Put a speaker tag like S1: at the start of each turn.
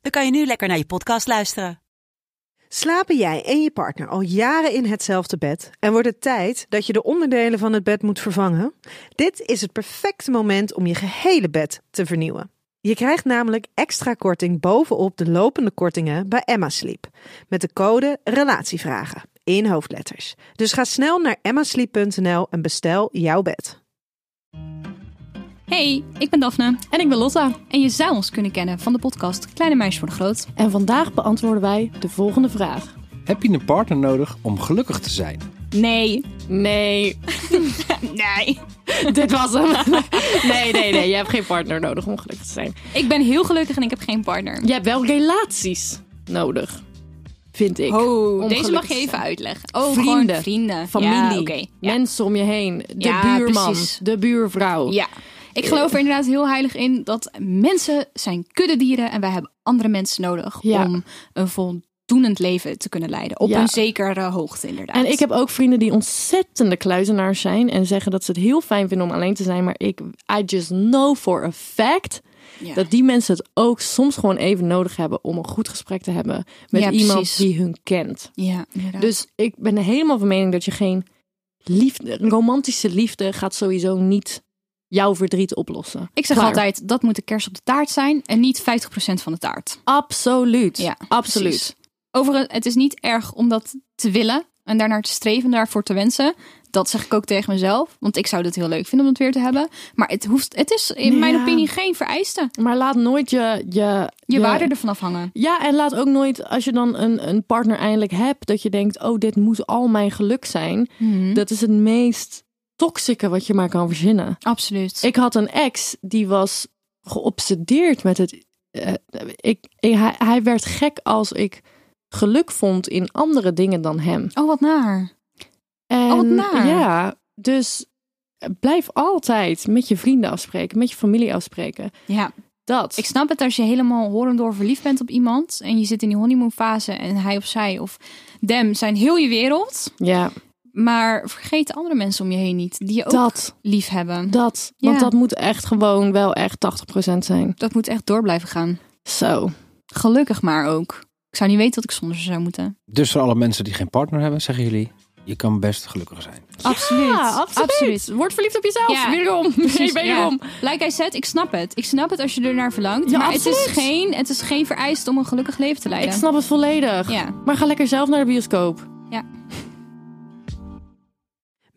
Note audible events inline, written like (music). S1: dan kan je nu lekker naar je podcast luisteren.
S2: Slapen jij en je partner al jaren in hetzelfde bed en wordt het tijd dat je de onderdelen van het bed moet vervangen? Dit is het perfecte moment om je gehele bed te vernieuwen. Je krijgt namelijk extra korting bovenop de lopende kortingen bij Emma Sleep met de code relatievragen in hoofdletters. Dus ga snel naar emmasleep.nl en bestel jouw bed.
S3: Hey, ik ben Daphne
S4: En ik ben Lotta.
S3: en je zou ons kunnen kennen van de podcast Kleine Meisjes voor de Groot.
S4: En vandaag beantwoorden wij de volgende vraag.
S5: Heb je een partner nodig om gelukkig te zijn?
S3: Nee,
S4: Nee,
S3: nee.
S4: (laughs) dit was hem. (laughs) nee, nee, nee. Je hebt geen partner nodig om gelukkig te zijn.
S3: Ik ben heel gelukkig en ik heb geen partner.
S4: Je hebt wel relaties nodig. Vind ik.
S3: Oh,
S4: Om
S3: deze mag
S4: gelukkig
S3: je
S4: te
S3: even
S4: zijn.
S3: uitleggen. Oh,
S4: Vrienden,
S3: gewoon vrienden.
S4: Familie,
S3: Ja, oké. Ja.
S4: mensen om je heen, de
S3: Ja,
S4: buurman,
S3: precies.
S4: de buurvrouw.
S3: Ja. Ik geloof er inderdaad heel heilig in dat mensen zijn kuddedieren en wij hebben andere mensen nodig
S4: Ja.
S3: om een voldoenend leven te kunnen leiden. Op
S4: Ja.
S3: een zekere hoogte inderdaad.
S4: En ik heb ook vrienden die ontzettende kluizenaars zijn en zeggen dat ze het heel fijn vinden om alleen te zijn, maar ik, I just know for a fact
S3: Ja.
S4: dat die mensen het ook soms gewoon even nodig hebben om een goed gesprek te hebben met
S3: Ja,
S4: iemand
S3: precies.
S4: die hun kent.
S3: Ja, inderdaad.
S4: Dus ik ben helemaal van mening dat je geen liefde, romantische liefde gaat sowieso niet jouw verdriet oplossen.
S3: ik zeg
S4: Klaar.
S3: altijd, dat moet de kers op de taart zijn en niet 50% van de taart.
S4: absoluut,
S3: Ja,
S4: absoluut.
S3: precies. Overigens, het is niet erg om dat te willen en daarnaar te streven, en daarvoor te wensen. Dat zeg ik ook tegen mezelf, want ik zou dat heel leuk vinden om het weer te hebben. Maar het, hoeft, het is in
S4: Ja.
S3: mijn opinie geen vereiste.
S4: Maar laat nooit je je
S3: Je waarde ervan afhangen.
S4: Ja, en laat ook nooit, als je dan een, een partner eindelijk hebt, dat je denkt, oh, dit moet al mijn geluk zijn.
S3: Hm.
S4: Dat is het meest toxische wat je maar kan verzinnen.
S3: Absoluut.
S4: Ik had een ex die was geobsedeerd met het. eh, ik, ik- hij, hij werd gek als ik geluk vond in andere dingen dan hem.
S3: oh, wat naar.
S4: En,
S3: Oh, wat naar.
S4: Ja, dus eh, blijf altijd met je vrienden afspreken, met je familie afspreken.
S3: Ja,
S4: Dat.
S3: ik snap het als je helemaal horendoor verliefd bent op iemand. En je zit in die honeymoon fase en hij of zij of dem zijn heel je wereld.
S4: ja,
S3: Maar vergeet de andere mensen om je heen niet, die je ook
S4: dat.
S3: lief hebben. Dat,
S4: Dat, want
S3: Ja.
S4: dat moet echt gewoon wel echt 80% zijn.
S3: moet echt door blijven gaan.
S4: Zo.
S3: Gelukkig maar ook. Ik zou niet weten wat ik zonder ze zou moeten.
S5: Dus voor alle mensen die geen partner hebben, zeggen jullie, je kan best gelukkig zijn.
S3: Absoluut.
S4: Word verliefd op jezelf.
S3: Ja.
S4: (laughs) Wederom.
S3: (laughs) Precies,
S4: Precies,
S3: ja.
S4: wederom.
S3: Like I said, ik snap het. Ik snap het als je ernaar verlangt.
S4: Ja,
S3: maar het is,
S4: absoluut.
S3: geen, het is geen vereiste om een gelukkig leven te
S4: Ik
S3: leiden.
S4: snap het volledig.
S3: Ja.
S4: Maar ga lekker zelf naar de bioscoop.